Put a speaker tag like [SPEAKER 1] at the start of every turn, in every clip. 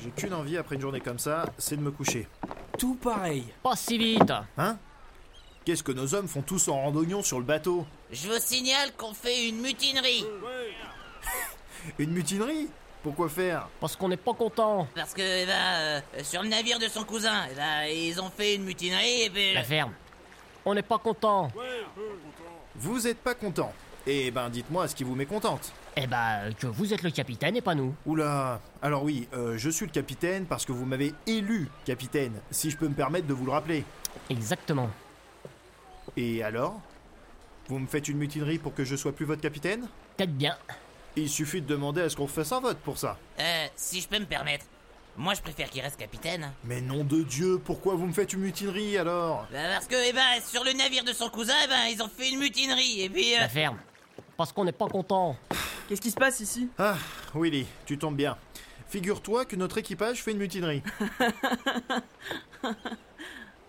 [SPEAKER 1] J'ai qu'une envie après une journée comme ça, c'est de me coucher.
[SPEAKER 2] Tout pareil.
[SPEAKER 3] Pas si vite
[SPEAKER 1] Hein Qu'est-ce que nos hommes font tous en randonnion sur le bateau
[SPEAKER 4] Je vous signale qu'on fait une mutinerie.
[SPEAKER 1] Une mutinerie Pourquoi faire
[SPEAKER 3] Parce qu'on n'est pas content.
[SPEAKER 4] Parce que, eh ben, euh, sur le navire de son cousin, eh ben, ils ont fait une mutinerie et puis.
[SPEAKER 3] La ferme. On n'est pas content.
[SPEAKER 1] Vous êtes pas content Eh ben dites-moi ce qui vous met contente.
[SPEAKER 3] Eh ben, que vous êtes le capitaine et pas nous.
[SPEAKER 1] Oula Alors oui, euh, je suis le capitaine parce que vous m'avez élu capitaine, si je peux me permettre de vous le rappeler.
[SPEAKER 3] Exactement.
[SPEAKER 1] Et alors Vous me faites une mutinerie pour que je sois plus votre capitaine
[SPEAKER 3] Peut-être bien.
[SPEAKER 1] Il suffit de demander à ce qu'on fasse un vote pour ça.
[SPEAKER 4] Euh, si je peux me permettre, moi je préfère qu'il reste capitaine. hein.
[SPEAKER 1] Mais nom de Dieu, pourquoi vous me faites une mutinerie alors
[SPEAKER 4] Bah, parce que, eh ben, sur le navire de son cousin, eh ben, ils ont fait une mutinerie et puis. euh,
[SPEAKER 3] La ferme. Parce qu'on n'est pas content.
[SPEAKER 2] Qu'est-ce qui se passe ici
[SPEAKER 1] Ah, Willy, tu tombes bien. Figure-toi que notre équipage fait une mutinerie.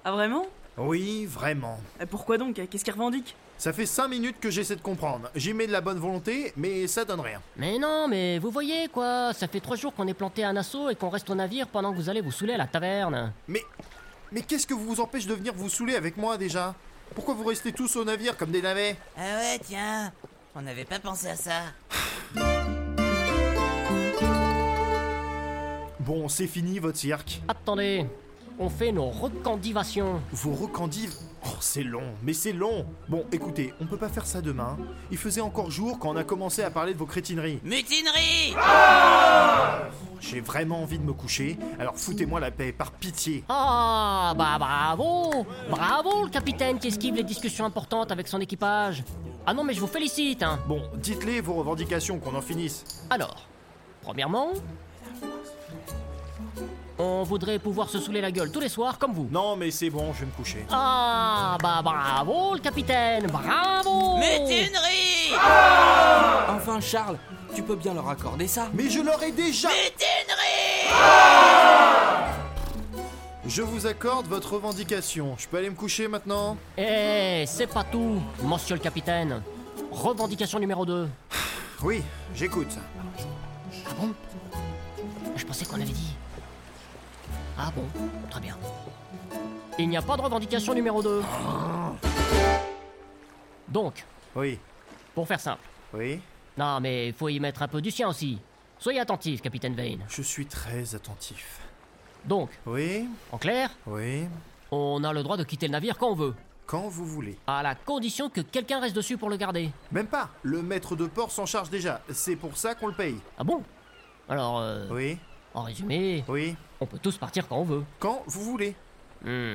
[SPEAKER 2] Ah vraiment
[SPEAKER 1] Oui, vraiment.
[SPEAKER 2] Et Pourquoi donc Qu'est-ce qu'ils revendiquent
[SPEAKER 1] Ça fait 5 minutes que j'essaie de comprendre. J'y mets de la bonne volonté, mais ça donne rien.
[SPEAKER 3] Mais non, mais vous voyez quoi, ça fait trois jours qu'on est planté à Nassau et qu'on reste au navire pendant que vous allez vous saouler à la taverne.
[SPEAKER 1] Mais. Mais qu'est-ce que vous vous empêche de venir vous saouler avec moi déjà Pourquoi vous restez tous au navire comme des navets
[SPEAKER 4] Ah ouais, tiens, on n'avait pas pensé à ça.
[SPEAKER 1] Bon, c'est fini votre cirque.
[SPEAKER 3] Attendez, on fait nos recandivations.
[SPEAKER 1] Vos recandives. Oh, c'est long, mais c'est long Bon, écoutez, on peut pas faire ça demain. Il faisait encore jour quand on a commencé à parler de vos crétineries.
[SPEAKER 4] Mutinerie
[SPEAKER 1] J'ai vraiment envie de me coucher, alors foutez-moi la paix, par pitié.
[SPEAKER 3] Ah, bah bravo Bravo le capitaine qui esquive les discussions importantes avec son équipage. Ah non, mais je vous félicite, hein.
[SPEAKER 1] Bon, dites-les vos revendications, qu'on en finisse.
[SPEAKER 3] Alors, premièrement, on voudrait pouvoir se saouler la gueule tous les soirs comme vous.
[SPEAKER 1] Non, mais c'est bon, je vais me coucher.
[SPEAKER 3] Ah, bah bravo le capitaine, bravo
[SPEAKER 4] Mutinerie
[SPEAKER 5] Enfin, Charles, tu peux bien leur accorder ça.
[SPEAKER 1] Mais je leur ai déjà
[SPEAKER 4] Mutinerie
[SPEAKER 1] Ah Je vous accorde votre revendication. Je peux aller me coucher maintenant
[SPEAKER 3] Eh, c'est pas tout, monsieur le capitaine. Revendication numéro 2.
[SPEAKER 1] Oui, j'écoute.
[SPEAKER 3] Ah bon Je pensais qu'on avait dit. Ah bon, très bien. Il n'y a pas de revendication numéro 2. Donc,
[SPEAKER 1] Oui,
[SPEAKER 3] pour faire simple.
[SPEAKER 1] oui.
[SPEAKER 3] Non, mais faut y mettre un peu du sien aussi. Soyez attentif, capitaine Vane.
[SPEAKER 1] Je suis très attentif.
[SPEAKER 3] Donc,
[SPEAKER 1] Oui,
[SPEAKER 3] en clair,
[SPEAKER 1] oui.
[SPEAKER 3] on a le droit de quitter le navire quand on veut,
[SPEAKER 1] Quand vous voulez.
[SPEAKER 3] à la condition que quelqu'un reste dessus pour le garder.
[SPEAKER 1] Même pas. Le maître de port s'en charge déjà. C'est pour ça qu'on le paye.
[SPEAKER 3] Ah bon Alors, euh,
[SPEAKER 1] Oui,
[SPEAKER 3] en résumé,
[SPEAKER 1] oui.
[SPEAKER 3] on peut tous partir quand on veut.
[SPEAKER 1] Quand vous voulez.
[SPEAKER 3] Hmm.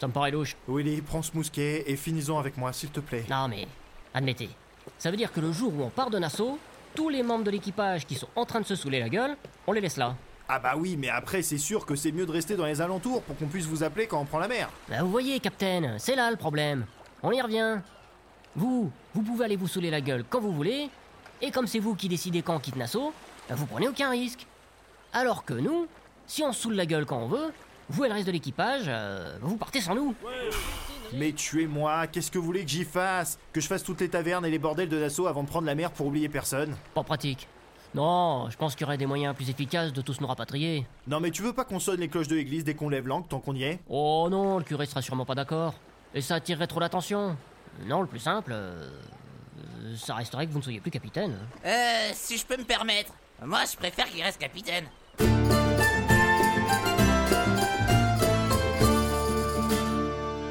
[SPEAKER 3] Ça me paraît louche.
[SPEAKER 1] Willy, prends ce mousquet et finis-en avec moi, s'il te plaît.
[SPEAKER 3] Non mais, admettez, ça veut dire que le jour où on part de Nassau, tous les membres de l'équipage qui sont en train de se saouler la gueule, on les laisse là.
[SPEAKER 1] Ah bah oui, mais après, c'est sûr que c'est mieux de rester dans les alentours pour qu'on puisse vous appeler quand on prend la mer.
[SPEAKER 3] Bah, vous voyez, Captain, c'est là le problème. On y revient. Vous, vous pouvez aller vous saouler la gueule quand vous voulez, et comme c'est vous qui décidez quand on quitte Nassau, bah, vous prenez aucun risque. Alors que nous, si on se saoule la gueule quand on veut, vous et le reste de l'équipage, euh, vous partez sans nous.
[SPEAKER 1] Mais tuez-moi, qu'est-ce que vous voulez que j'y fasse Que je fasse toutes les tavernes et les bordels de Nassau avant de prendre la mer pour oublier personne
[SPEAKER 3] Pas pratique. Non, je pense qu'il y aurait des moyens plus efficaces de tous nous rapatrier.
[SPEAKER 1] Non mais tu veux pas qu'on sonne les cloches de l'église dès qu'on lève l'angle tant qu'on y est
[SPEAKER 3] Oh non, le curé sera sûrement pas d'accord. Et ça attirerait trop l'attention. Non, le plus simple, euh, euh, ça resterait que vous ne soyez plus capitaine.
[SPEAKER 4] Euh, si je peux me permettre, moi je préfère qu'il reste capitaine.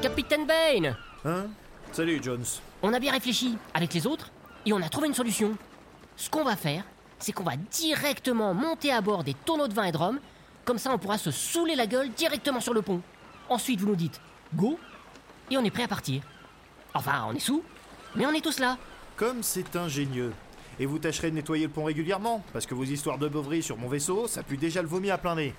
[SPEAKER 3] Capitaine Bane
[SPEAKER 1] Hein Salut Jones.
[SPEAKER 3] On a bien réfléchi avec les autres et on a trouvé une solution. Ce qu'on va faire, c'est qu'on va directement monter à bord des tonneaux de vin et de rhum. Comme ça, on pourra se saouler la gueule directement sur le pont. Ensuite, vous nous dites go et on est prêt à partir. Enfin, on est sous, mais on est tous là.
[SPEAKER 1] Comme c'est ingénieux. Et vous tâcherez de nettoyer le pont régulièrement, parce que vos histoires de beuveries sur mon vaisseau, ça pue déjà le vomi à plein nez.